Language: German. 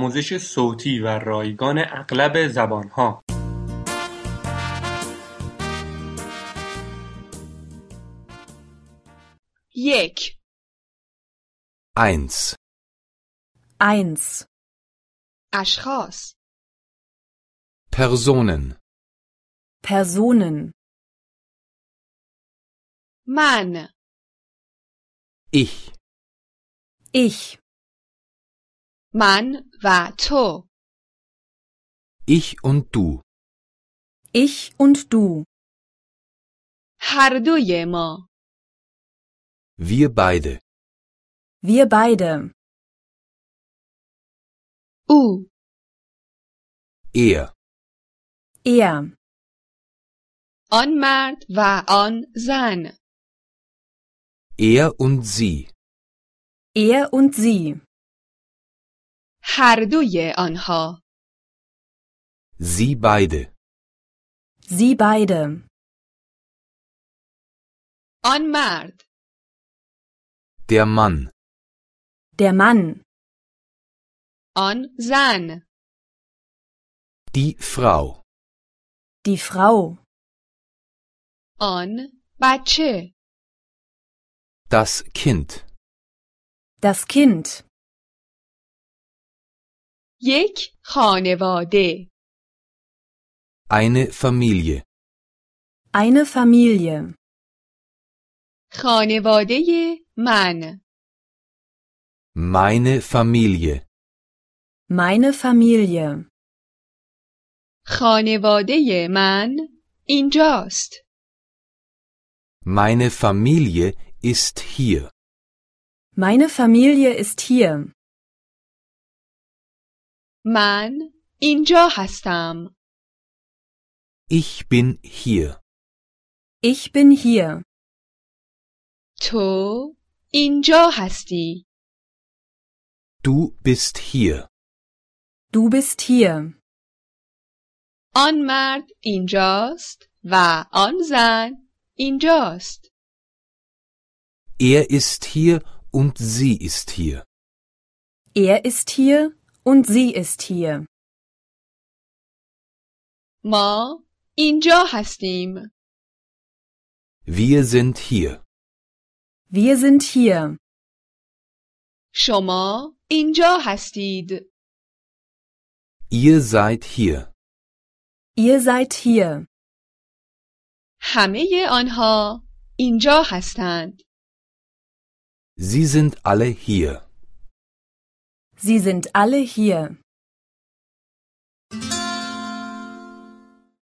آموزش صوتی و رایگان اغلب زبانها یک 1. eins اشخاص Personen. Personen. من Ich. Ich, من و تو Ich und du. ich und du. هر دوی ما Wir beide. Wir beide. او Er. Er. آن مرد و آن زن Er und sie. Er und sie. هر دوی آنها Sie beide. Sie beide. آن مرد Der Mann. Der Mann. آن زن Die Frau. Die Frau. آن بچه Das Kind. Das Kind. یک خانواده Eine Familie. Eine Familie. خانواده من Meine Familie. Meine Familie. خانواده من اینجاست Meine Familie ist hier. Meine Familie ist hier. من اینجا هستم Ich bin hier. Ich bin hier. تو اینجا هستی Du bist hier. Du bist hier. آن مرد اینجاست و آن زن اینجاست Er ist hier und sie ist hier. Er ist hier und sie ist hier. ما اینجا هستیم Wir sind hier. Wir sind hier. شما اینجا هستید Ihr seid hier. Ihr seid hier. همه آنها اینجا هستند Sie sind alle hier. Sie sind alle hier.